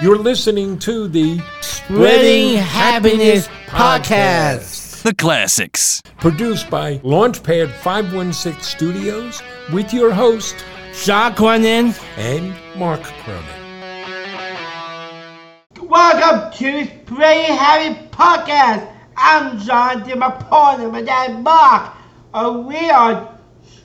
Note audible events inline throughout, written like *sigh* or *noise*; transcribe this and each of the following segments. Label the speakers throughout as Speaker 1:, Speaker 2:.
Speaker 1: You're listening to the
Speaker 2: Spreading Happiness Podcast.
Speaker 3: The classics.
Speaker 1: produced by Launchpad 516 Studios with your host
Speaker 2: Jacques Cronin.
Speaker 1: and Mark Cronin.
Speaker 4: Welcome to Spray Happy Podcast. I'm John to my partner, my dad Mark. Uh, we are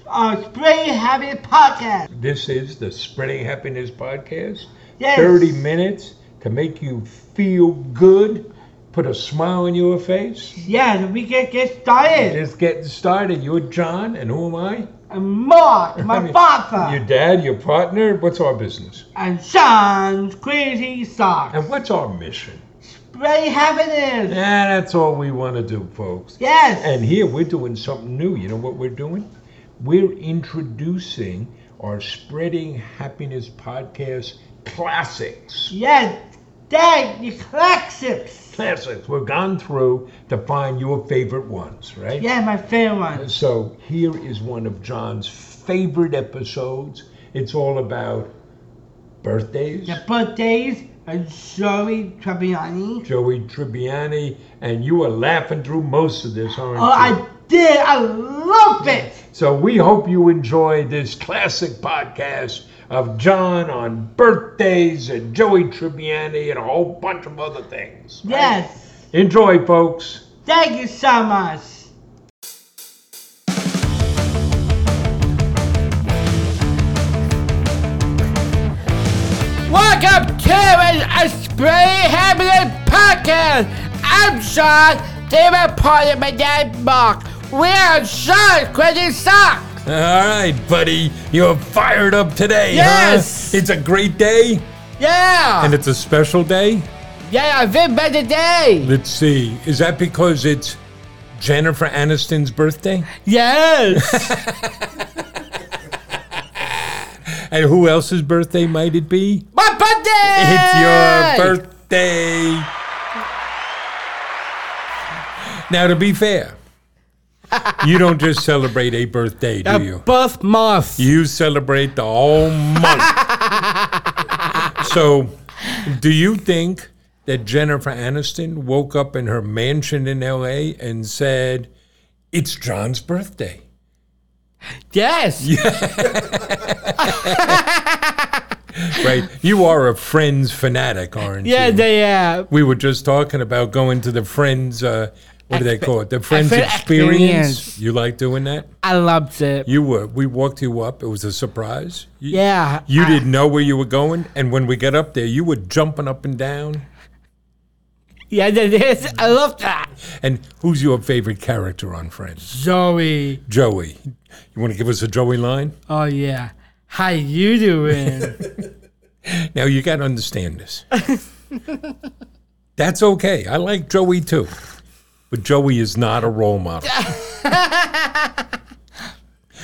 Speaker 4: uh, Spray Happy Podcast.
Speaker 1: This is the Spreading Happiness Podcast.
Speaker 4: Yes.
Speaker 1: 30 minutes to make you feel good, put a smile on your face.
Speaker 4: Yes, we can get started.
Speaker 1: Just getting started. You're John, and who am I? *laughs*
Speaker 4: Uh, Mark,
Speaker 1: I
Speaker 4: my
Speaker 1: mean, Your
Speaker 4: father,
Speaker 1: dad, your partner. What's our business?
Speaker 4: and Sean's crazy socks.
Speaker 1: And what's our mission?
Speaker 4: Spray Happiness.
Speaker 1: Yeah, that's all we want to do, folks.
Speaker 4: Yes.
Speaker 1: And here we're doing something new. You know what we're doing? We're introducing our Spreading Happiness Podcast classics.
Speaker 4: yes, Dad, the classics.
Speaker 1: Classics. We've gone through to find your favorite ones, right?
Speaker 4: Yeah, my favorite ones.
Speaker 1: So here is one of John's favorite episodes. It's all about birthdays.
Speaker 4: The birthdays of Joey Tribbiani.
Speaker 1: Joey Tribbiani, and you were laughing through most of this, aren't
Speaker 4: Oh,
Speaker 1: you?
Speaker 4: I did. I love it.
Speaker 1: So we hope you enjoy this classic podcast of John on birthdays and Joey Tribbiani and a whole bunch of other things. right?
Speaker 4: Yes.
Speaker 1: Enjoy, folks.
Speaker 4: Thank you so much.
Speaker 2: Welcome to a Spray Happiness Podcast. I'm Sean, David Party, my dad Mark. We are Sean's Crazy Socks.
Speaker 1: All right, buddy. You're fired up today,
Speaker 2: Yes!
Speaker 1: It's a great day,
Speaker 2: Yeah.
Speaker 1: it's a special day.
Speaker 2: yeah, I've been better day.
Speaker 1: Let's see. Is that because it's Jennifer Aniston's birthday?
Speaker 2: *laughs* Yes.
Speaker 1: And who else's birthday might it be?
Speaker 2: My birthday.
Speaker 1: It's your birthday. Now, to be fair, you don't just celebrate a birthday, do you?
Speaker 2: Birth month.
Speaker 1: You celebrate the whole month. so, do you think that Jennifer Aniston woke up in her mansion in LA and said, It's John's birthday? *laughs*
Speaker 2: Yes.
Speaker 1: Right? You are a Friends fanatic, aren't you?
Speaker 2: Yeah, they are.
Speaker 1: we were just talking about going to the friends uh, what do they call it the friends
Speaker 2: Expe-
Speaker 1: experience.
Speaker 2: experience.
Speaker 1: you like doing that
Speaker 2: I loved it.
Speaker 1: you were we walked you up it was a surprise you,
Speaker 2: Yeah.
Speaker 1: you
Speaker 2: I-
Speaker 1: didn't know where you were going and when we got up there you were jumping up and down
Speaker 2: Yeah, that is. I love that.
Speaker 1: and who's your favorite character on friends
Speaker 2: Zoe.
Speaker 1: joey you want to give us a joey line
Speaker 2: Oh yeah. How you doing?
Speaker 1: now you got to understand this that's okay i like joey too but joey is not a role model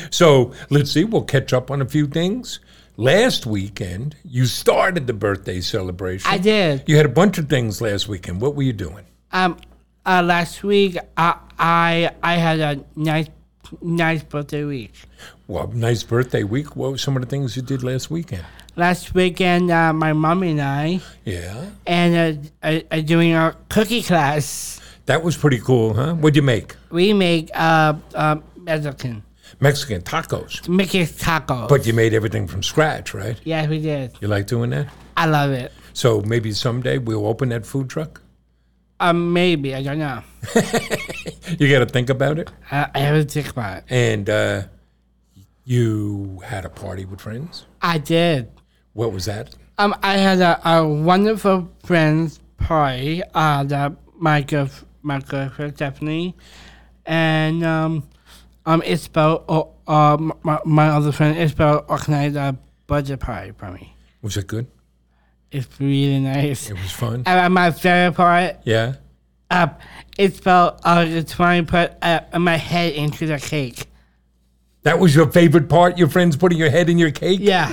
Speaker 1: So let's see, we'll catch up on a few things. Last weekend, you started the birthday celebration.
Speaker 2: *laughs* I did.
Speaker 1: You had a bunch of things last weekend. What were you doing?
Speaker 2: Um, uh, last week I I I had a nice nice birthday week.
Speaker 1: Well, nice birthday week. What were some of the things you did last weekend?
Speaker 2: Last weekend, uh, my mom and I
Speaker 1: Yeah.
Speaker 2: and uh, are, are doing a cookie class.
Speaker 1: That was pretty cool, huh? What'd you make?
Speaker 2: We make uh, uh Mexican
Speaker 1: Mexican tacos.
Speaker 2: Mickey's tacos.
Speaker 1: But you made everything from scratch, right?
Speaker 2: yeah, we did.
Speaker 1: You like doing that?
Speaker 2: I love it.
Speaker 1: So maybe someday we'll open that food truck.
Speaker 2: Um, maybe I don't know. Uh,
Speaker 1: You got to think about it.
Speaker 2: I, I haven't think about it.
Speaker 1: And uh, you had a party with friends.
Speaker 2: I did.
Speaker 1: What was that?
Speaker 2: Um, I had a, a wonderful friends party. Uh, that my good my girlfriend Stephanie, and um, um, Isabel, uh, uh, my, my other friend Isabel organized a budget party for me.
Speaker 1: Was it good?
Speaker 2: It's really nice.
Speaker 1: It was fun.
Speaker 2: *laughs* And uh, my favorite part,
Speaker 1: Yeah.
Speaker 2: uh, Isabel uh, trying to put uh, my head into the cake.
Speaker 1: That was your favorite part, your friends putting your head in your cake? *laughs*
Speaker 2: Yeah,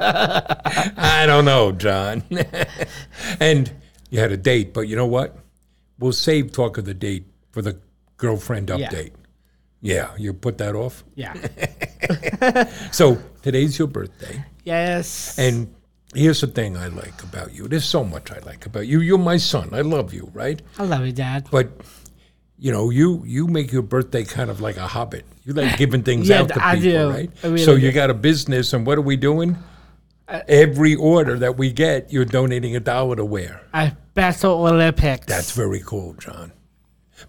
Speaker 1: I don't know, John. *laughs* and you had a date, but you know what? We'll save talk of the date for the girlfriend
Speaker 2: Yeah.
Speaker 1: update. Yeah, you put that off.
Speaker 2: yeah,
Speaker 1: So today's your birthday,
Speaker 2: yes.
Speaker 1: and Here's the thing I like about you. There's so much I like about you. You're my son. I love you, right?
Speaker 2: I love you, Dad.
Speaker 1: But you know, you you make your birthday kind of like a hobbit. You like giving things
Speaker 2: *laughs* Yeah,
Speaker 1: out to people,
Speaker 2: I do.
Speaker 1: right?
Speaker 2: I really
Speaker 1: so you
Speaker 2: do. Uh,
Speaker 1: got a business, and what are we doing? Every order that we get, you're donating a dollar to wear.
Speaker 2: I Special Olympics.
Speaker 1: That's very cool, John.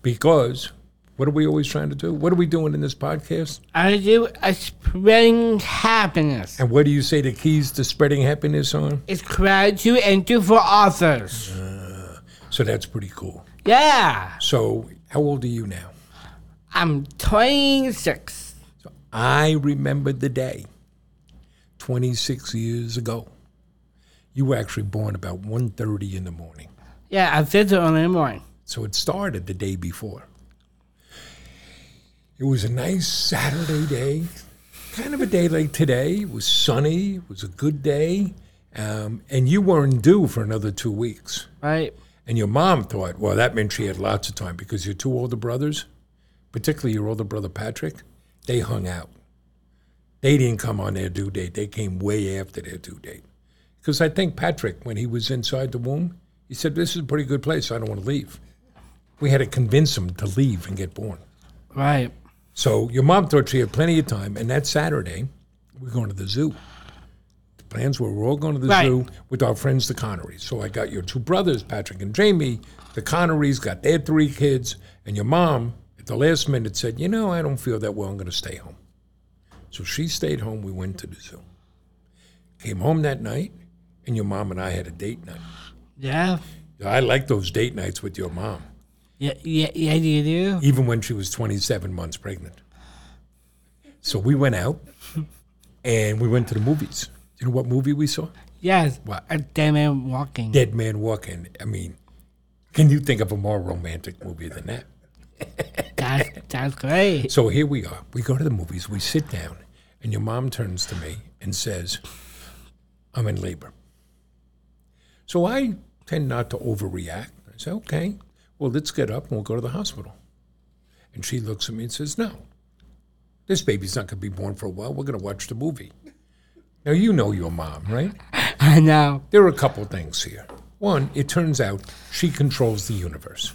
Speaker 1: Because what are we always trying to do? What are we doing in this podcast?
Speaker 2: I do a spreading happiness.
Speaker 1: And what do you say the keys to spreading happiness are?
Speaker 2: It's gratitude and do for others.
Speaker 1: So that's pretty cool.
Speaker 2: Yeah.
Speaker 1: So how old are you now?
Speaker 2: I'm 26.
Speaker 1: I remember the day, 26 years ago. You were actually born about 1.30 in the morning.
Speaker 2: Yeah, I visit on the morning.
Speaker 1: So it started the day before. It was a nice Saturday day, kind of a day like today. It was sunny, it was a good day, um, and you weren't due for another two weeks.
Speaker 2: Right.
Speaker 1: And your mom thought, well, that meant she had lots of time because your two older brothers, particularly your older brother Patrick, they hung out. They didn't come on their due date. They came way after their due date. Because I think Patrick, when he was inside the womb, he said, this is a pretty good place. I don't want to leave. We had to convince him to leave and get born.
Speaker 2: Right.
Speaker 1: So your mom thought she had plenty of time. And that Saturday, we're going to the zoo. The plans were we're all going to the
Speaker 2: Right.
Speaker 1: zoo with our friends, the Connerys. So I got your two brothers, Patrick and Jamie. The Connerys got their three kids. And your mom, at the last minute, said, You know, I don't feel that well. I'm going to stay home. So she stayed home. We went to the zoo. Came home that night, and your mom and I had a date night.
Speaker 2: Yeah.
Speaker 1: I like those date nights with your mom,
Speaker 2: Yeah, yeah, yeah, you do.
Speaker 1: even when she was 27 months pregnant. So we went out and we went to the movies. You know what movie we saw?
Speaker 2: Yes.
Speaker 1: What?
Speaker 2: A dead man walking.
Speaker 1: Dead Man Walking. I mean, can you think of a more romantic movie than that?
Speaker 2: That's, that's
Speaker 1: *laughs*
Speaker 2: great.
Speaker 1: So here we are. We go to the movies, we sit down, and your mom turns to me and says, I'm in labor. So I tend not to overreact. I say, okay, well, let's get up and we'll go to the hospital. And she looks at me and says, no, this baby's not going to be born for a while. We're going to watch the movie. Now, you know your mom, right?
Speaker 2: I know.
Speaker 1: There are a couple things here. One, it turns out she controls the universe.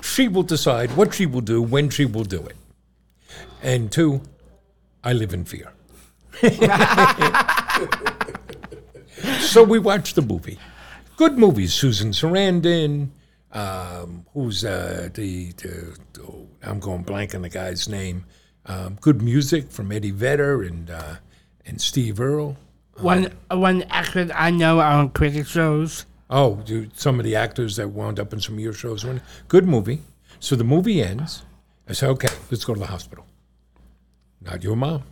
Speaker 1: she will decide what she will do, when she will do it. And two, I live in fear. so we watched the movie. Good movies. Susan Sarandon. Um, who's uh, the, the, oh, I'm going blank on the guy's name. Um, good music from Eddie Vedder and uh, and Steve Earle.
Speaker 2: One one actor I know on cricket shows.
Speaker 1: Oh, do some of the actors that wound up in some of your shows. When, good movie. So the movie ends. I say, okay, let's go to the hospital. Not your mom.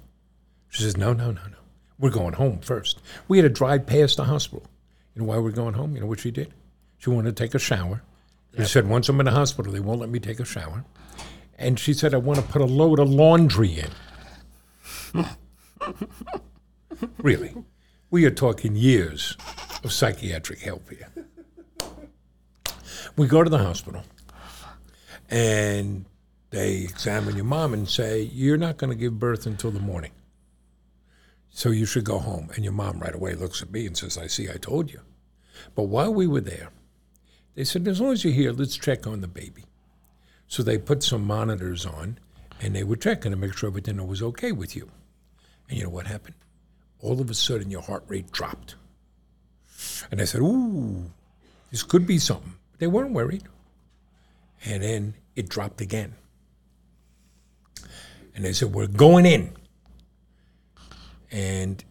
Speaker 1: She says, no, no, no, no. We're going home first. We had to drive past the hospital. You know why we're going home? You know what she did? She wanted to take a shower. She said, once I'm in the hospital, they won't let me take a shower. And she said, I want to put a load of laundry in. really? We are talking years of psychiatric help here. We go to the hospital and they examine your mom and say, You're not going to give birth until the morning. So you should go home. And your mom right away looks at me and says, I see, I told you. But while we were there, they said, As long as you're here, let's check on the baby. So they put some monitors on and they were checking to make sure everything was okay with you. And you know what happened? All of a sudden, your heart rate dropped. And I said, Ooh, this could be something. But they weren't worried. And then it dropped again. And they said, We're going in. And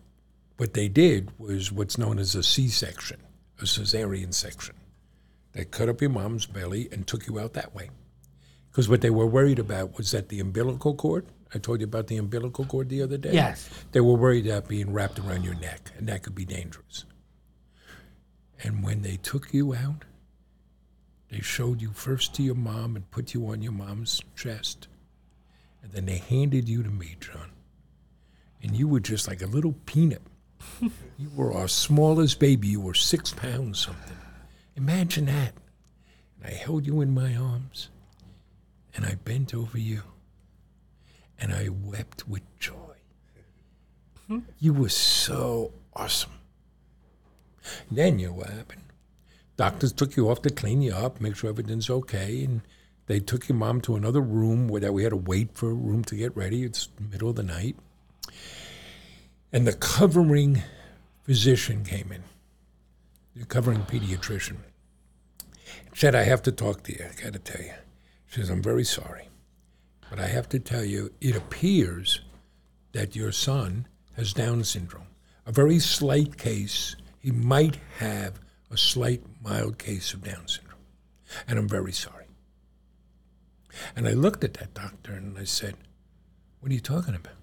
Speaker 1: what they did was what's known as a C section, a cesarean section. They cut up your mom's belly and took you out that way. Because what they were worried about was that the umbilical cord, I told you about the umbilical cord the other day.
Speaker 2: Yes.
Speaker 1: They were worried about being wrapped around your neck, and that could be dangerous. And when they took you out, they showed you first to your mom and put you on your mom's chest. And then they handed you to me, John. And you were just like a little peanut. you were our smallest baby. You were six pounds something. Imagine that. And I held you in my arms. And I bent over you. And I wept with joy. You were so awesome. Then you know what happened? Doctors took you off to clean you up, make sure everything's okay, and they took your mom to another room where that we had to wait for a room to get ready. It's middle of the night, and the covering physician came in, the covering pediatrician. Said, "I have to talk to you. I got to tell you." She says, "I'm very sorry, but I have to tell you, it appears." that your son has Down syndrome. A very slight case. He might have a slight, mild case of Down syndrome. And I'm very sorry. And I looked at that doctor and I said, What are you talking about?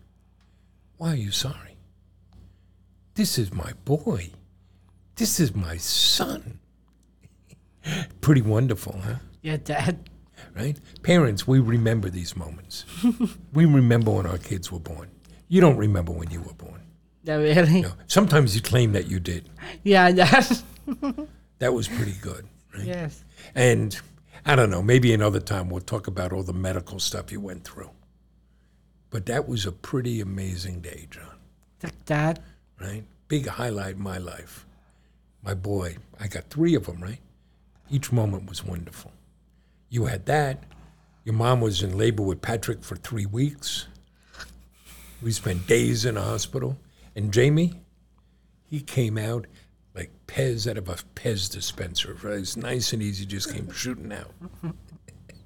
Speaker 1: Why are you sorry? This is my boy. This is my son. *laughs* Pretty wonderful, huh?
Speaker 2: Yeah, Dad.
Speaker 1: right? Parents, we remember these moments. we remember when our kids were born. You don't remember when you were born.
Speaker 2: Yeah, really.
Speaker 1: No. Sometimes you claim that you did.
Speaker 2: Yeah, *laughs* Dad.
Speaker 1: That was pretty good, right?
Speaker 2: yes.
Speaker 1: And I don't know, maybe another time we'll talk about all the medical stuff you went through. But that was a pretty amazing day, John,
Speaker 2: Like Dad.
Speaker 1: right? Big highlight in my life. My boy, I got three of them, right? Each moment was wonderful. You had that. Your mom was in labor with Patrick for three weeks. We spent days in a hospital. And Jamie, he came out like Pez out of a Pez dispenser. Right? It's nice and easy, just came shooting out.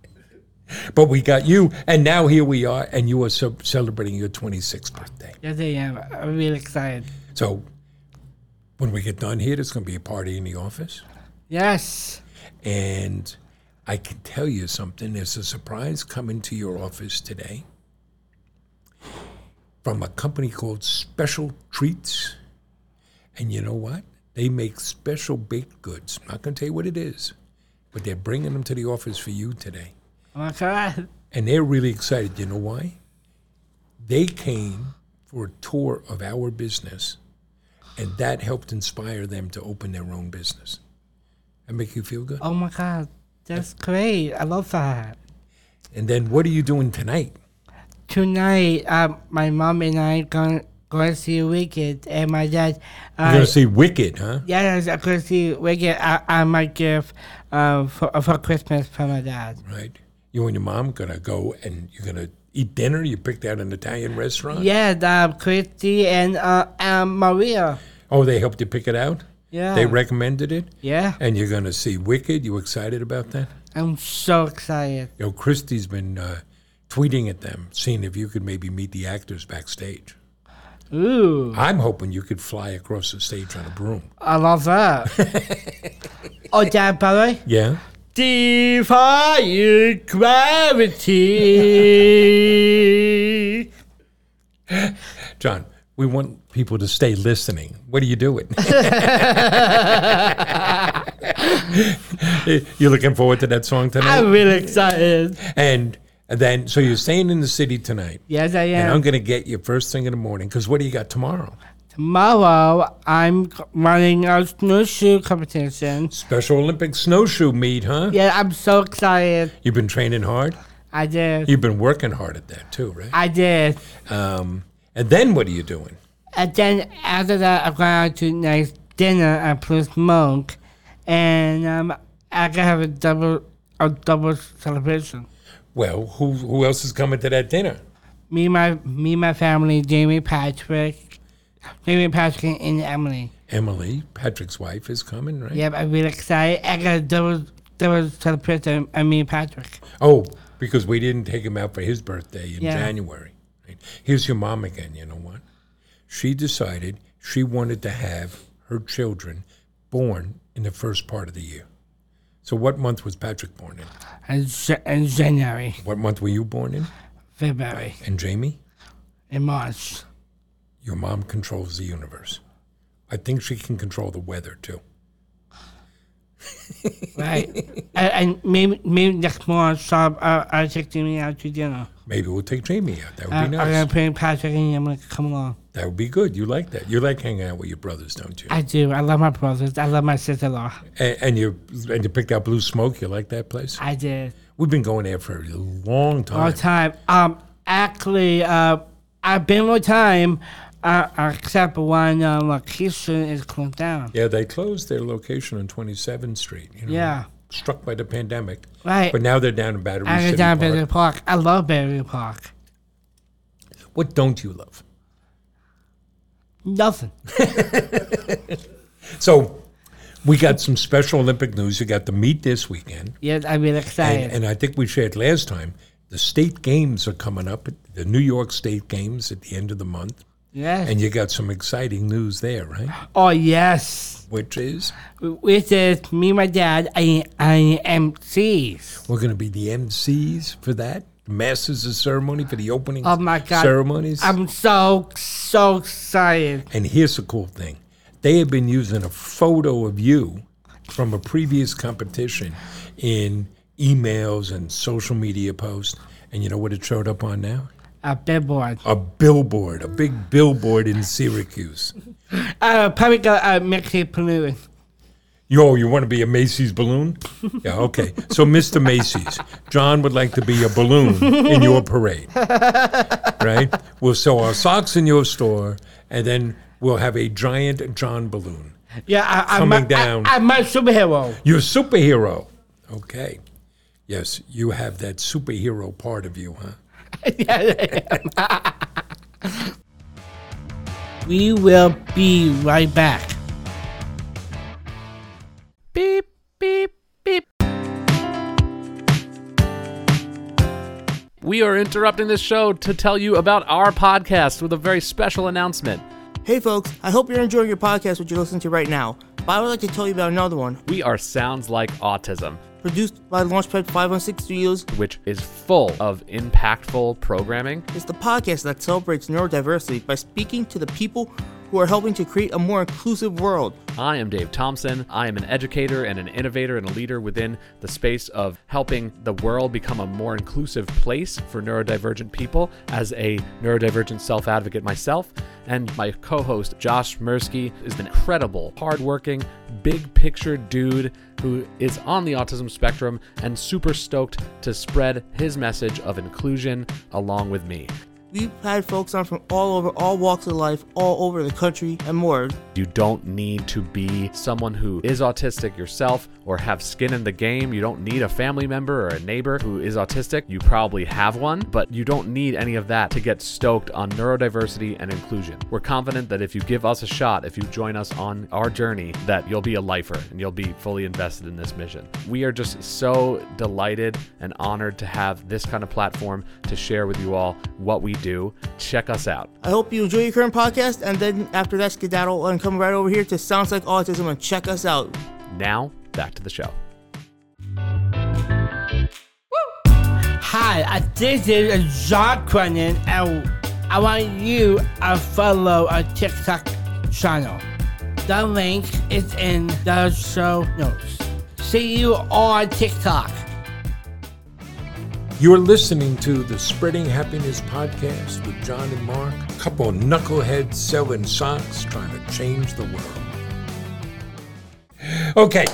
Speaker 1: *laughs* but we got you, and now here we are, and you are so celebrating your 26th birthday.
Speaker 2: Yes, I am. I'm really excited.
Speaker 1: So when we get done here, there's going to be a party in the office.
Speaker 2: Yes.
Speaker 1: And I can tell you something. There's a surprise coming to your office today from a company called Special Treats. And you know what? They make special baked goods. I'm not going to tell you what it is, but they're bringing them to the office for you today.
Speaker 2: Oh my God.
Speaker 1: And they're really excited. You know why? They came for a tour of our business, and that helped inspire them to open their own business. That make you feel good?
Speaker 2: Oh my God. That's great. I love that.
Speaker 1: And then what are you doing tonight?
Speaker 2: Tonight, um, my mom and I going going to see Wicked, and my dad. Uh,
Speaker 1: see Wicked, huh?
Speaker 2: Yes, I'm going to see Wicked. I, I might give uh, for for Christmas for my dad.
Speaker 1: Right. You and your mom gonna go and you're gonna eat dinner. You picked out an Italian restaurant.
Speaker 2: Yeah, um, Christy and uh, um, Maria.
Speaker 1: Oh, they helped you pick it out.
Speaker 2: Yeah.
Speaker 1: They recommended it,
Speaker 2: yeah,
Speaker 1: and you're gonna see Wicked. You excited about that?
Speaker 2: I'm so excited.
Speaker 1: You know, Christie's been uh, tweeting at them, seeing if you could maybe meet the actors backstage.
Speaker 2: Ooh,
Speaker 1: I'm hoping you could fly across the stage on a broom.
Speaker 2: I love *laughs* that. oh, Dad, by the way,
Speaker 1: Yeah.
Speaker 2: defy gravity.
Speaker 1: John, we want people to stay listening. What are you doing? *laughs*
Speaker 2: *laughs*
Speaker 1: you looking forward to that song tonight?
Speaker 2: I'm really excited.
Speaker 1: And then, so you're staying in the city tonight,
Speaker 2: Yes, I
Speaker 1: and I'm
Speaker 2: am.
Speaker 1: going to get you first thing in the morning. Because what do you got tomorrow?
Speaker 2: Tomorrow, I'm c- running a snowshoe competition.
Speaker 1: Special Olympic snowshoe meet, huh?
Speaker 2: Yeah, I'm so excited.
Speaker 1: You've been training hard.
Speaker 2: I did.
Speaker 1: You've been working hard at that too, right?
Speaker 2: I did.
Speaker 1: Um, and then what are you doing?
Speaker 2: And then after that, I'm going out to nice dinner at Blue Smoke, and um, I can have a double a double celebration.
Speaker 1: Well, who who else is coming to that dinner?
Speaker 2: Me, my me, my family, Jamie, Patrick, Jamie, Patrick, and Emily.
Speaker 1: Emily, Patrick's wife, is coming, right?
Speaker 2: Yep, I'm really excited. I got a double double celebration. I mean, Patrick.
Speaker 1: Oh, because we didn't take him out for his birthday in
Speaker 2: Yeah.
Speaker 1: January. right? Here's your mom again, you know what? She decided she wanted to have her children born in the first part of the year. So what month was Patrick born in?
Speaker 2: And, J- and January,
Speaker 1: What month were you born in?
Speaker 2: February,
Speaker 1: And Jamie,
Speaker 2: and March.
Speaker 1: your mom controls the universe. I think she can control the weather too. *laughs*
Speaker 2: Right. and, and maybe maybe next morning, so I I take Jamie out to dinner.
Speaker 1: Maybe we'll take Jamie out. That would
Speaker 2: I,
Speaker 1: be
Speaker 2: I'm
Speaker 1: nice.
Speaker 2: gonna bring Patrick and I'm gonna come along.
Speaker 1: That would be good. You like that. You like hanging out with your brothers, don't you?
Speaker 2: I do. I love my brothers. I love my sister-in-law.
Speaker 1: And, and you and you picked out Blue Smoke. You like that place?
Speaker 2: I did
Speaker 1: We've been going there for a long
Speaker 2: all
Speaker 1: time.
Speaker 2: the time. Um, actually, uh, I've been all the time. uh, except when uh, location is closed down.
Speaker 1: Yeah, they closed their location on 27th Street. You know,
Speaker 2: Yeah.
Speaker 1: Struck by the pandemic.
Speaker 2: Right.
Speaker 1: But now they're down in Battery
Speaker 2: I
Speaker 1: City
Speaker 2: go down
Speaker 1: Park.
Speaker 2: Battery Park. I love Battery Park.
Speaker 1: What don't you love?
Speaker 2: Nothing.
Speaker 1: So we got some special Olympic news. You got the meet this weekend.
Speaker 2: Yes, I'm
Speaker 1: *laughs*
Speaker 2: really
Speaker 1: And,
Speaker 2: excited.
Speaker 1: and I think we shared last time, the state games are coming up, the New York State Games at the end of the month.
Speaker 2: yes.
Speaker 1: And you got some exciting news there,
Speaker 2: *gasps*
Speaker 1: right?
Speaker 2: oh, yes.
Speaker 1: Which is
Speaker 2: Which is me and my dad. I, I MCs.
Speaker 1: we're going to be the MCs for that. Masters of ceremony for the opening
Speaker 2: Oh, my God.
Speaker 1: ceremonies.
Speaker 2: I'm so, so excited.
Speaker 1: and here's the cool thing they have been using a photo of you from a previous competition in emails and social media posts. And you know what it showed up on now?
Speaker 2: A billboard.
Speaker 1: A billboard, a big billboard in Syracuse.
Speaker 2: Uh, probably go uh, Mixie Palooza.
Speaker 1: Yo, you want to be a Macy's balloon? Yeah, okay. So, Mr. Macy's, John would like to be a balloon in your parade, right? We'll sell our socks in your store, and then we'll have a giant John balloon.
Speaker 2: Yeah, I, I'm
Speaker 1: Coming
Speaker 2: a,
Speaker 1: down.
Speaker 2: I, am a superhero.
Speaker 1: You're a superhero. Okay. Yes, you have that superhero part of you, huh?
Speaker 2: we will be right back. Beep, beep, beep.
Speaker 3: We are interrupting this show to tell you about our podcast with a very special announcement.
Speaker 5: Hey folks, I hope you're enjoying your podcast, which you're listening to right now. But I would like to tell you about another one,
Speaker 3: We are Sounds Like Autism,
Speaker 5: produced by Launchpad 516 Studios.
Speaker 3: which is full of impactful programming.
Speaker 5: It's the podcast that celebrates neurodiversity by speaking to the people who are helping to create a more inclusive world.
Speaker 3: I am Dave Thompson. I am an educator and an innovator and a leader within the space of helping the world become a more inclusive place for neurodivergent people as a neurodivergent self advocate myself. And my co host, Josh Mirsky, is an incredible, hardworking, big picture dude who is on the autism spectrum and super stoked to spread his message of inclusion along with me.
Speaker 5: We've had folks on from all over, all walks of life, all over the country, and more.
Speaker 3: You don't need to be someone who is autistic yourself or have skin in the game. You don't need a family member or a neighbor who is autistic. You probably have one, but you don't need any of that to get stoked on neurodiversity and inclusion. We're confident that if you give us a shot, if you join us on our journey, that you'll be a lifer and you'll be fully invested in this mission. We are just so delighted and honored to have this kind of platform to share with you all what we do. Check us out.
Speaker 5: I hope you enjoy your current podcast, and then after that, skedaddle and come right over here to Sounds Like Autism and check us out.
Speaker 3: Now, back to the show.
Speaker 2: Hi, uh, this is John Cronin, and I want you to follow our TikTok channel. The link is in the show notes. See you on TikTok.
Speaker 1: You're listening to the Spreading Happiness podcast with John and Mark, a couple of knuckleheads selling socks trying to change the world. Okay,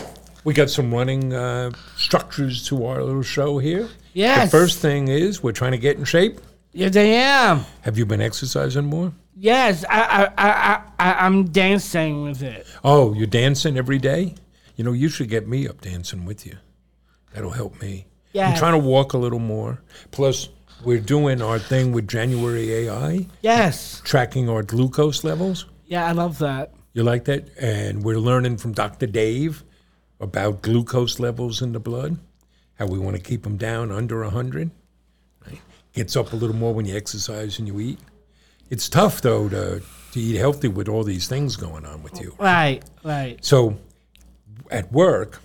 Speaker 1: we got some running uh, structures to our little show here.
Speaker 2: Yes.
Speaker 1: The first thing is we're trying to get in shape.
Speaker 2: Yes, I am.
Speaker 1: Have you been exercising more?
Speaker 2: Yes, I, I, I, I, I'm dancing with it.
Speaker 1: Oh, you're dancing every day? You know, you should get me up dancing with you. That'll help me. I'm
Speaker 2: Yes.
Speaker 1: trying to walk a little more. Plus, we're doing our thing with January AI.
Speaker 2: Yes.
Speaker 1: tracking our glucose levels.
Speaker 2: Yeah, I love that.
Speaker 1: You like that? And we're learning from Dr. Dave about glucose levels in the blood, how we want to keep them down under 100. right? Gets up a little more when you exercise and you eat. It's tough, though, to, to eat healthy with all these things going on with you.
Speaker 2: Right, right.
Speaker 1: So at work,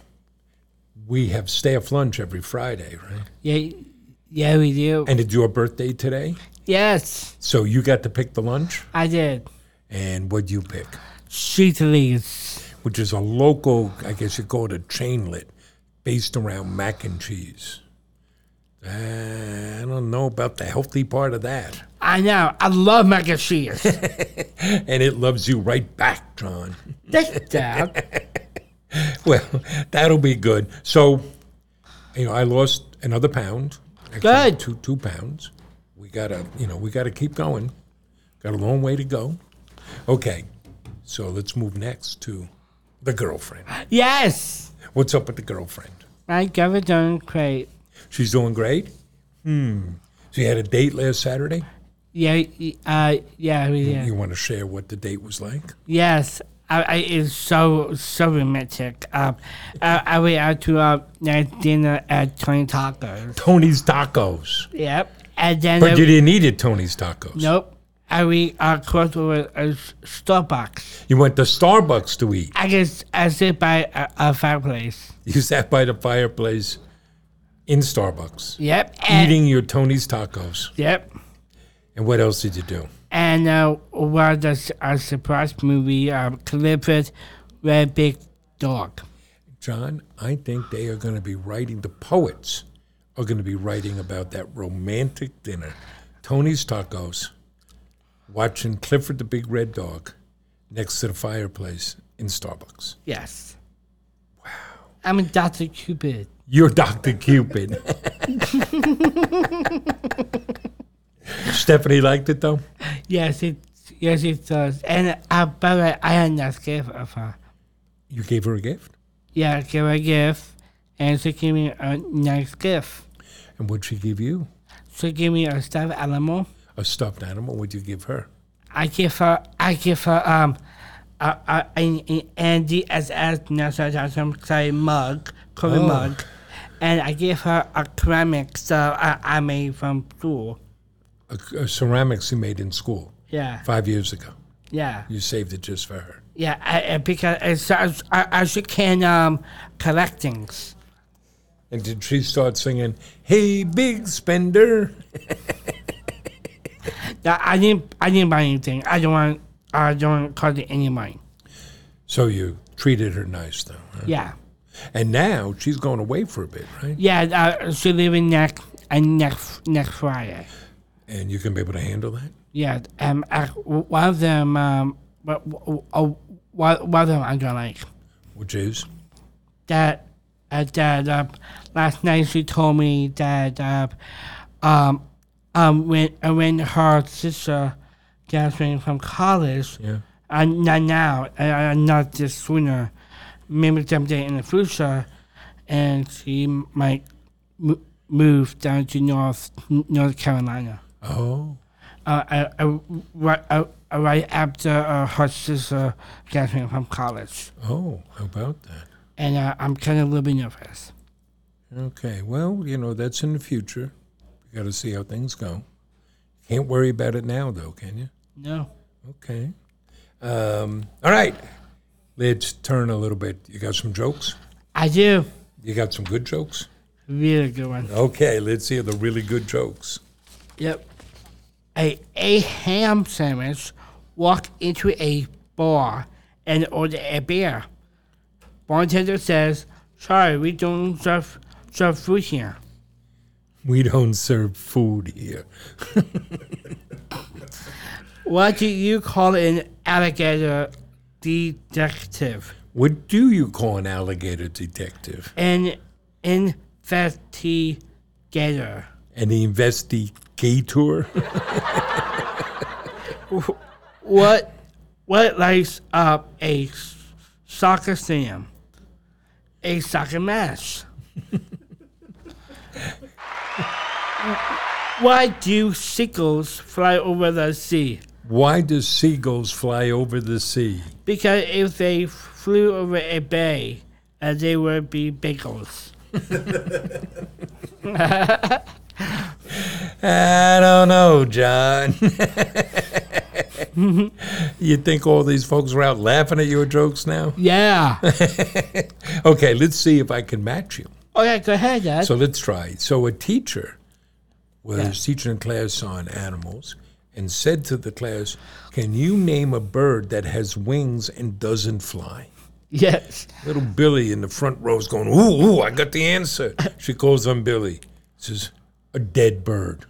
Speaker 1: we have staff lunch every Friday, right?
Speaker 2: Yeah, yeah, we do.
Speaker 1: And it's your birthday today.
Speaker 2: Yes,
Speaker 1: So you got to pick the lunch.
Speaker 2: I did.
Speaker 1: And what'd you pick?
Speaker 2: Street leaves.
Speaker 1: which is a local, I guess you call it a chainlet, based around mac and cheese. Uh, I don't know about the healthy part of that.
Speaker 2: I know. I love mac
Speaker 1: *laughs*
Speaker 2: and cheese.
Speaker 1: And it loves you right back, John.
Speaker 2: That's that.
Speaker 1: *laughs* Well, that'll be good. So, you know, I lost another pound. Actually,
Speaker 2: Good.
Speaker 1: Two two pounds. We gotta, you know, we gotta keep going. Got a long way to go. Okay, so let's move next to the girlfriend.
Speaker 2: Yes!
Speaker 1: What's up with the girlfriend?
Speaker 2: My girlfriend's doing great.
Speaker 1: She's doing great. Hmm. So you had a date last Saturday.
Speaker 2: Yeah, y- uh, yeah, yeah.
Speaker 1: You want to share what the date was like?
Speaker 2: Yes, I, I is so so romantic. Um, I, I went out to a nice dinner at Tony Tacos.
Speaker 1: Tony's Tacos.
Speaker 2: Yep, and then
Speaker 1: But
Speaker 2: I-
Speaker 1: you didn't eat at Tony's Tacos.
Speaker 2: nope. I we uh, close with a s- Starbucks.
Speaker 1: You went to Starbucks to eat. *laughs*
Speaker 2: I guess I sit by a, a fireplace.
Speaker 1: You sat by the fireplace in Starbucks,
Speaker 2: Yep, and,
Speaker 1: eating your Tony's Tacos.
Speaker 2: Yep,
Speaker 1: And what else did you do?
Speaker 2: and uh, was a, s- a surprise movie. Um, Clifford, Red Big Dog.
Speaker 1: John, I think they are going to be writing, the poets are going to be writing about that romantic dinner, Tony's Tacos, watching Clifford the Big Red Dog next to the fireplace in Starbucks.
Speaker 2: Yes. Wow. I'm a Doctor Cupid.
Speaker 1: You're Dr. *laughs* Cupid. Stephanie liked it though.
Speaker 2: Yes, it yes it does. And uh, by the way, I had not gift of her.
Speaker 1: You gave her a gift.
Speaker 2: Yeah, I gave her a gift, and she gave me a nice gift.
Speaker 1: And what'd she give you?
Speaker 2: She gave me a stuffed animal.
Speaker 1: A stuffed animal. What'd you give her?
Speaker 2: I give her I give her um a, a, an an Andy SS NASA Johnson clay mug, coffee
Speaker 1: Oh.
Speaker 2: mug, and I give her a ceramic stuff I, I made from school.
Speaker 1: A, a ceramics you made in school
Speaker 2: Yeah,
Speaker 1: five years ago.
Speaker 2: yeah.
Speaker 1: You saved it just for her.
Speaker 2: Yeah, I, I, because it's, I, I, I she can um, collect things.
Speaker 1: And did she start singing, Hey, Big Spender?
Speaker 2: That I didn't. I didn't buy anything. I don't want. I don't want to cost any money.
Speaker 1: So you treated her nice, though. huh?
Speaker 2: Yeah.
Speaker 1: And now she's going away for a bit, right?
Speaker 2: Yeah. Uh, she leaving next and next next Friday.
Speaker 1: And you can be able to handle that?
Speaker 2: Yeah. Um. I, one of them. Um. wha- wha- uh, One one of them I don't like.
Speaker 1: Which is?
Speaker 2: That. Uh, that. Uh, last night she told me that. Uh, um. Um. When uh, when her sister graduating from college.
Speaker 1: Yeah.
Speaker 2: uh, not now, uh, uh, not this sooner, maybe someday in the future, and she might m- move down to North North Carolina.
Speaker 1: Oh.
Speaker 2: Uh, uh, uh, right, uh, uh, right after uh, her sister graduating from college,
Speaker 1: Oh, how about that?
Speaker 2: and uh, I'm kind of a little bit nervous.
Speaker 1: Okay. Well, you know, that's in the future. You got to see how things go. Can't worry about it now, though, can you?
Speaker 2: No.
Speaker 1: Okay. Um, all right. Let's turn a little bit. You got some jokes?
Speaker 2: I do.
Speaker 1: You got some good jokes?
Speaker 2: Really good one.
Speaker 1: Okay, let's hear the really good jokes.
Speaker 2: Yep. A, a ham sandwich walked into a bar and ordered a beer. Bartender says, Sorry, we don't serve, serve food here.
Speaker 1: We don't serve food here.
Speaker 2: What do you call an alligator detective?
Speaker 1: What do you call an alligator detective?
Speaker 2: An investigator.
Speaker 1: An investigator?
Speaker 2: What what lights up a s- soccer stadium? A soccer *laughs* match. Why do seagulls fly over the sea?
Speaker 1: Why do seagulls fly over the sea?
Speaker 2: Because if they flew over a bay, uh, they would be bagels.
Speaker 1: I don't know, John. *laughs* you think all these folks are out laughing at your jokes now?
Speaker 2: Yeah.
Speaker 1: Okay, let's see if I can match you.
Speaker 2: *laughs* okay, go ahead, Dad.
Speaker 1: So let's try. So a teacher was teaching a class on animals and said to the class, "Can you name a bird that has wings and doesn't fly?"
Speaker 2: yes.
Speaker 1: Little Billy in the front row is going, "Ooh, ooh, I got the answer."
Speaker 2: *laughs*
Speaker 1: She calls on Billy. Says, "A dead bird."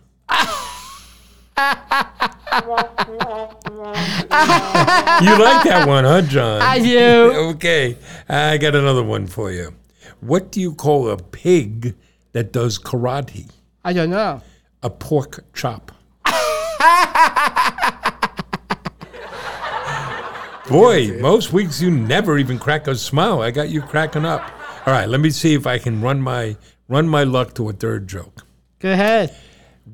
Speaker 1: you like that one, huh, John?
Speaker 2: I do.
Speaker 1: *laughs* okay, I got another one for you. What do you call a pig that does karate?
Speaker 2: I don't know.
Speaker 1: A pork chop. Boy, most weeks you never even crack a smile. I got you cracking up. All right, let me see if I can run my run my luck to a third joke.
Speaker 2: Go ahead.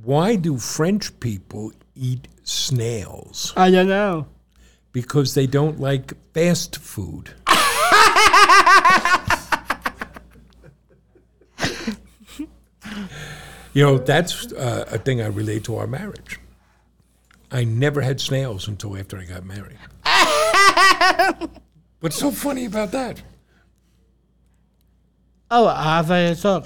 Speaker 1: Why do French people eat snails?
Speaker 2: I don't know.
Speaker 1: Because they don't like fast food. *laughs* you know, that's uh, a thing I relate to our marriage. I never had snails until after I got married. What's so funny about that? *laughs*
Speaker 2: Oh, I have a talk.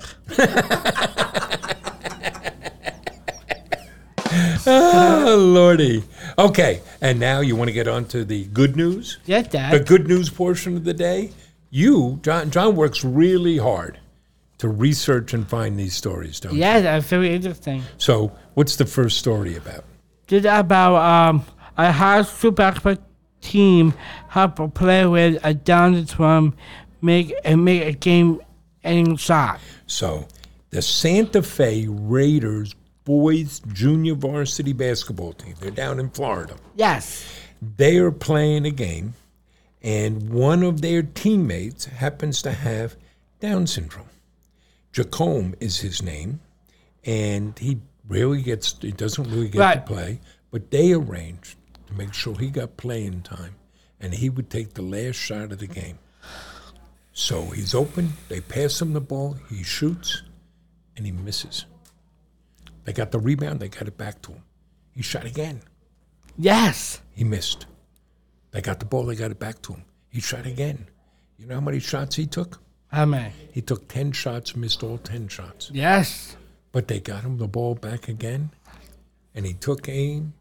Speaker 1: Oh, Lordy. Okay, and now you want to get on to the good news?
Speaker 2: Yes,
Speaker 1: the
Speaker 2: Dad.
Speaker 1: good news portion of the day. You, John, John works really hard to research and find these stories, don't
Speaker 2: Yeah, that's very interesting.
Speaker 1: you? So, what's the first story about?
Speaker 2: Did about um a high school basketball team help a player with a down from make and make a game ending shot.
Speaker 1: So, the Santa Fe Raiders boys junior varsity basketball team, they're down in Florida.
Speaker 2: Yes.
Speaker 1: They are playing a game, and one of their teammates happens to have Down syndrome. Jacome is his name, and he really gets, he doesn't really get
Speaker 2: Right.
Speaker 1: to play, but they arranged to make sure he got playing time, and he would take the last shot of the game. So he's open, they pass him the ball, he shoots, and he misses. They got the rebound, they got it back to him. He shot again.
Speaker 2: Yes.
Speaker 1: He missed. They got the ball, they got it back to him. He shot again. You know how many shots he took?
Speaker 2: How many?
Speaker 1: He took 10 shots, missed all 10 shots.
Speaker 2: Yes.
Speaker 1: But they got him the ball back again, and he took aim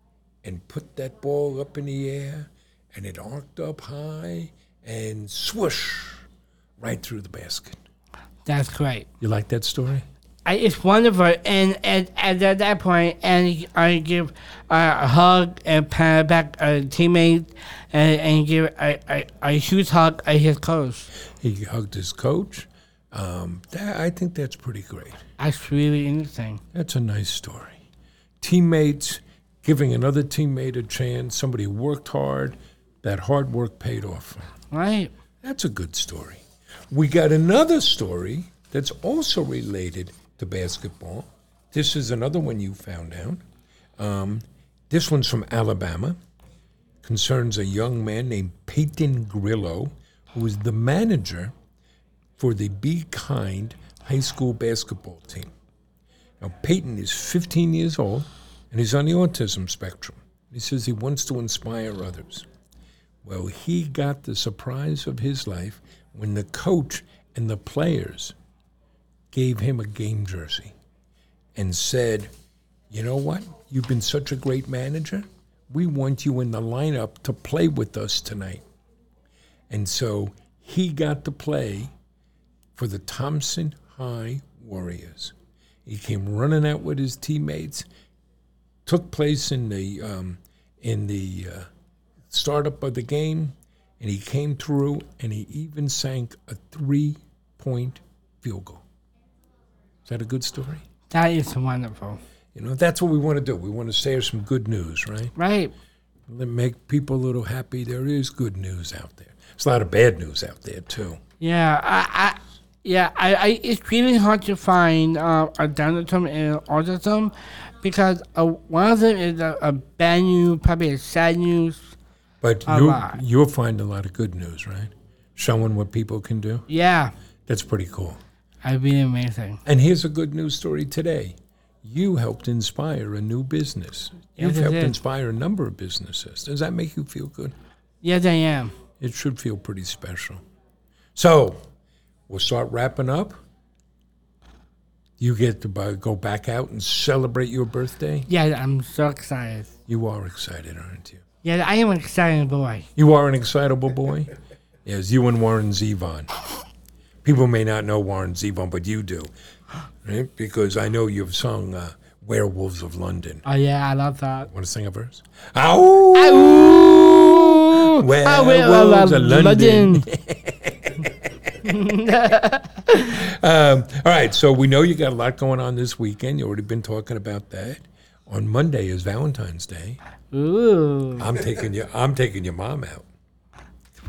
Speaker 1: and put that ball up in the air, and it arced up high and swoosh right through the basket.
Speaker 2: That's great.
Speaker 1: You like that story?
Speaker 2: I, it's wonderful, and, and, and at that point, and I give a hug and pat back a teammate, and, and give a, a, a huge hug at his coach.
Speaker 1: He hugged his coach. Um, that, I think that's pretty great.
Speaker 2: That's really interesting.
Speaker 1: That's a nice story. Teammates giving another teammate a chance, somebody who worked hard, that hard work paid off.
Speaker 2: Right.
Speaker 1: That's a good story. We got another story that's also related to basketball. This is another one you found out. Um, this one's from Alabama, concerns a young man named Peyton Grillo, who is the manager for the Be Kind high school basketball team. Now, Peyton is 15 years old and he's on the autism spectrum. He says he wants to inspire others. Well, he got the surprise of his life when the coach and the players gave him a game jersey and said, You know what? You've been such a great manager. We want you in the lineup to play with us tonight. And so he got to play for the Thompson High Warriors. He came running out with his teammates. Took place in the um, in the uh, startup of the game, and he came through, and he even sank a three-point field goal. Is that a good story?
Speaker 2: That is wonderful.
Speaker 1: You know, that's what we want to do. We want to share some good news, right?
Speaker 2: Right.
Speaker 1: Let- Make people a little happy. There is good news out there. There's a lot of bad news out there too.
Speaker 2: Yeah. I. I yeah, I, I, it's really hard to find uh, a dinosaur and autism because uh, one of them is a, a bad news, probably a sad news.
Speaker 1: But
Speaker 2: A
Speaker 1: you
Speaker 2: lot.
Speaker 1: you'll find a lot of good news, right? Showing what people can do.
Speaker 2: Yeah,
Speaker 1: That's pretty cool.
Speaker 2: I'd be amazing.
Speaker 1: And here's a good news story today. You helped inspire a new business. You've
Speaker 2: Yes, I
Speaker 1: helped
Speaker 2: did.
Speaker 1: inspire a number of businesses. Does that make you feel good?
Speaker 2: Yes, I am.
Speaker 1: It should feel pretty special. So, we'll start wrapping up. You get to bu- go back out and celebrate your birthday.
Speaker 2: Yeah, I'm so excited.
Speaker 1: You are excited, aren't you?
Speaker 2: Yeah, I am an excited boy.
Speaker 1: You are an excitable
Speaker 2: *laughs*
Speaker 1: boy. yes, you and Warren Zevon. People may not know Warren Zevon, but you do, right? Because I know you've sung uh, "Werewolves of London."
Speaker 2: Oh yeah, I love that. Ah,
Speaker 1: Want to sing a verse? Ow!
Speaker 2: Ooh, Ah, I will
Speaker 1: Werewolves of London. *laughs* Um, all right, so we know you got a lot going on this weekend. You've already been talking about that. On Monday is Valentine's Day.
Speaker 2: Ooh,
Speaker 1: I'm taking your I'm taking your mom out.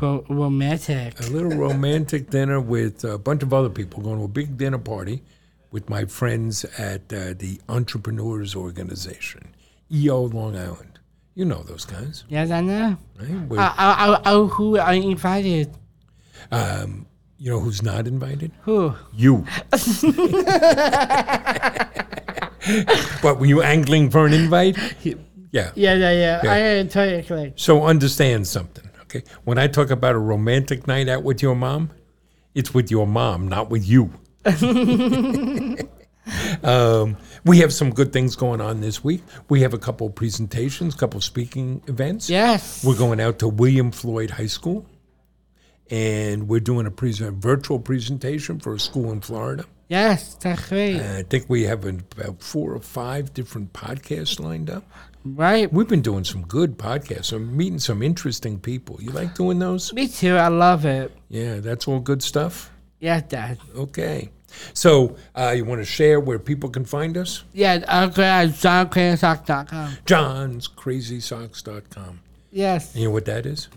Speaker 2: ro- romantic.
Speaker 1: a little romantic dinner with a bunch of other people, going to a big dinner party with my friends at uh, the Entrepreneurs Organization, EO Long Island. You know those guys,
Speaker 2: Yes, I know.
Speaker 1: right? With,
Speaker 2: Oh, oh, oh, oh, who I invited?
Speaker 1: you know who's not invited?
Speaker 2: Who?
Speaker 1: You. *laughs* but were you angling for an invite? Yeah.
Speaker 2: Yeah, yeah, yeah.
Speaker 1: Yeah.
Speaker 2: I uh, totally agree.
Speaker 1: So understand something, okay? When I talk about a romantic night out with your mom, it's with your mom, not with you. um, we have some good things going on this week. We have a couple presentations, couple speaking events.
Speaker 2: Yes.
Speaker 1: We're going out to William Floyd High School, and we're doing a present, virtual presentation for a school in Florida.
Speaker 2: Yes, that's great.
Speaker 1: And I think we have about four or five different podcasts lined up.
Speaker 2: right.
Speaker 1: We've been doing some good podcasts. I'm meeting some interesting people. You like doing those?
Speaker 2: Me too. I love it.
Speaker 1: Yeah, that's all good stuff.
Speaker 2: Yeah, Dad.
Speaker 1: Okay. So uh, you want to share where people can find us?
Speaker 2: Yeah, I'll go at johncransock.com.
Speaker 1: John'sCrazySocks.com.
Speaker 2: Yes,
Speaker 1: You know what that is?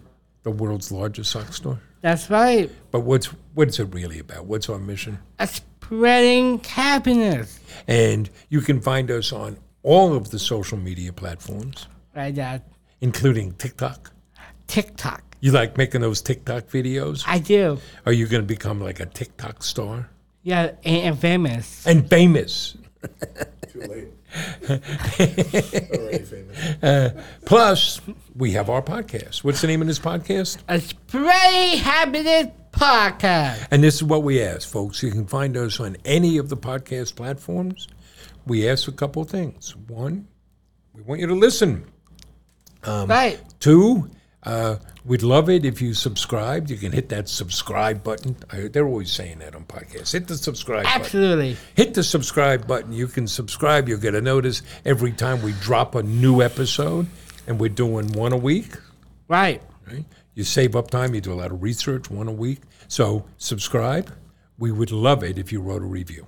Speaker 1: The world's largest sock store.
Speaker 2: that's right.
Speaker 1: But what's what's it really about? What's our mission?
Speaker 2: Uh, Spreading happiness.
Speaker 1: And you can find us on all of the social media platforms,
Speaker 2: Right, Dad.
Speaker 1: including TikTok.
Speaker 2: TikTok.
Speaker 1: You like making those TikTok videos?
Speaker 2: I do.
Speaker 1: Are you going to become like a TikTok star?
Speaker 2: Yeah, and, and famous.
Speaker 1: and famous.
Speaker 6: Too late.
Speaker 1: *laughs*
Speaker 6: Already famous.
Speaker 1: Uh, Plus, we have our podcast. What's the name of this podcast?
Speaker 2: A Spreading happiness podcast.
Speaker 1: And this is what we ask, folks. You can find us on any of the podcast platforms. We ask a couple of things. One, we want you to listen.
Speaker 2: right.
Speaker 1: Two, uh, we'd love it if you subscribed. You can hit that subscribe button. I, they're always saying that on podcasts. Hit the subscribe button.
Speaker 2: Absolutely.
Speaker 1: Hit the subscribe button. You can subscribe. You'll get a notice every time we drop a new episode, and we're doing one a week.
Speaker 2: Right.
Speaker 1: right? You save up time. You do a lot of research, one a week. So subscribe. We would love it if you wrote a review.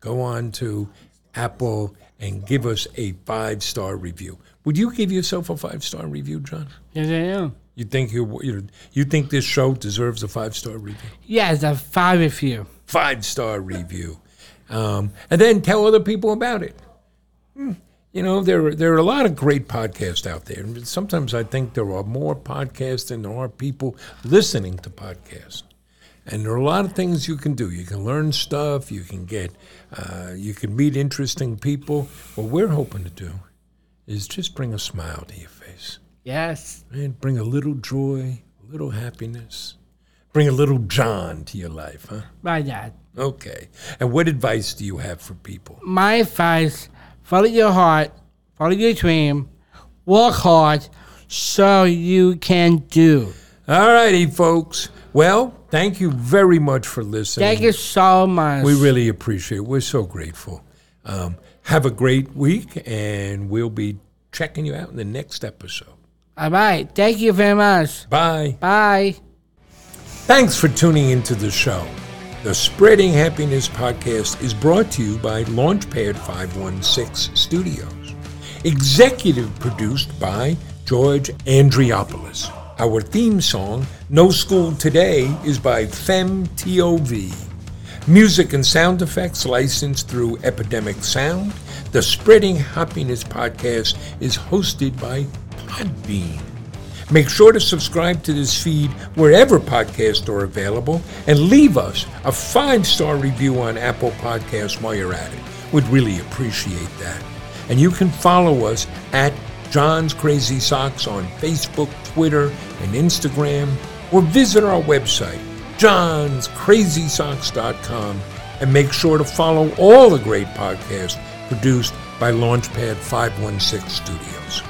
Speaker 1: Go on to Apple and give us a five star review. Would you give yourself a five star review, John?
Speaker 2: Yes, I am.
Speaker 1: You think you you you think this show deserves a five star review?
Speaker 2: Yes, a five of you.
Speaker 1: Five star review, um, and then tell other people about it. Hmm, You know there are, there are a lot of great podcasts out there. and Sometimes I think there are more podcasts than there are people listening to podcasts. And there are a lot of things you can do. You can learn stuff. You can get, uh, you can meet interesting people. What we're hoping to do is just bring a smile to your face
Speaker 2: Yes.
Speaker 1: and bring a little joy, a little happiness, bring a little John to your life, huh?
Speaker 2: Right, Dad.
Speaker 1: Okay. And what advice do you have for people?
Speaker 2: my advice follow your heart, follow your dream, work hard so you can do.
Speaker 1: All righty, folks. Well, thank you very much for listening.
Speaker 2: Thank you so much.
Speaker 1: We really appreciate it. We're so grateful. Um, have a great week, and we'll be checking you out in the next episode.
Speaker 2: All right. Thank you very much.
Speaker 1: Bye.
Speaker 2: Bye.
Speaker 1: Thanks for tuning into the show. The Spreading Happiness podcast is brought to you by Launchpad 516 Studios. Executive produced by George Andriopoulos. Our theme song, No School Today, is by FemTOV. Music and sound effects licensed through Epidemic Sound. The Spreading Happiness podcast is hosted by Podbean. Make sure to subscribe to this feed wherever podcasts are available and leave us a five star review on Apple Podcasts while you're at it. We'd really appreciate that. And you can follow us at John's Crazy Socks on Facebook, Twitter, and Instagram, or visit our website, johnscrazysocks.com, and make sure to follow all the great podcasts produced by Launchpad 516 Studios.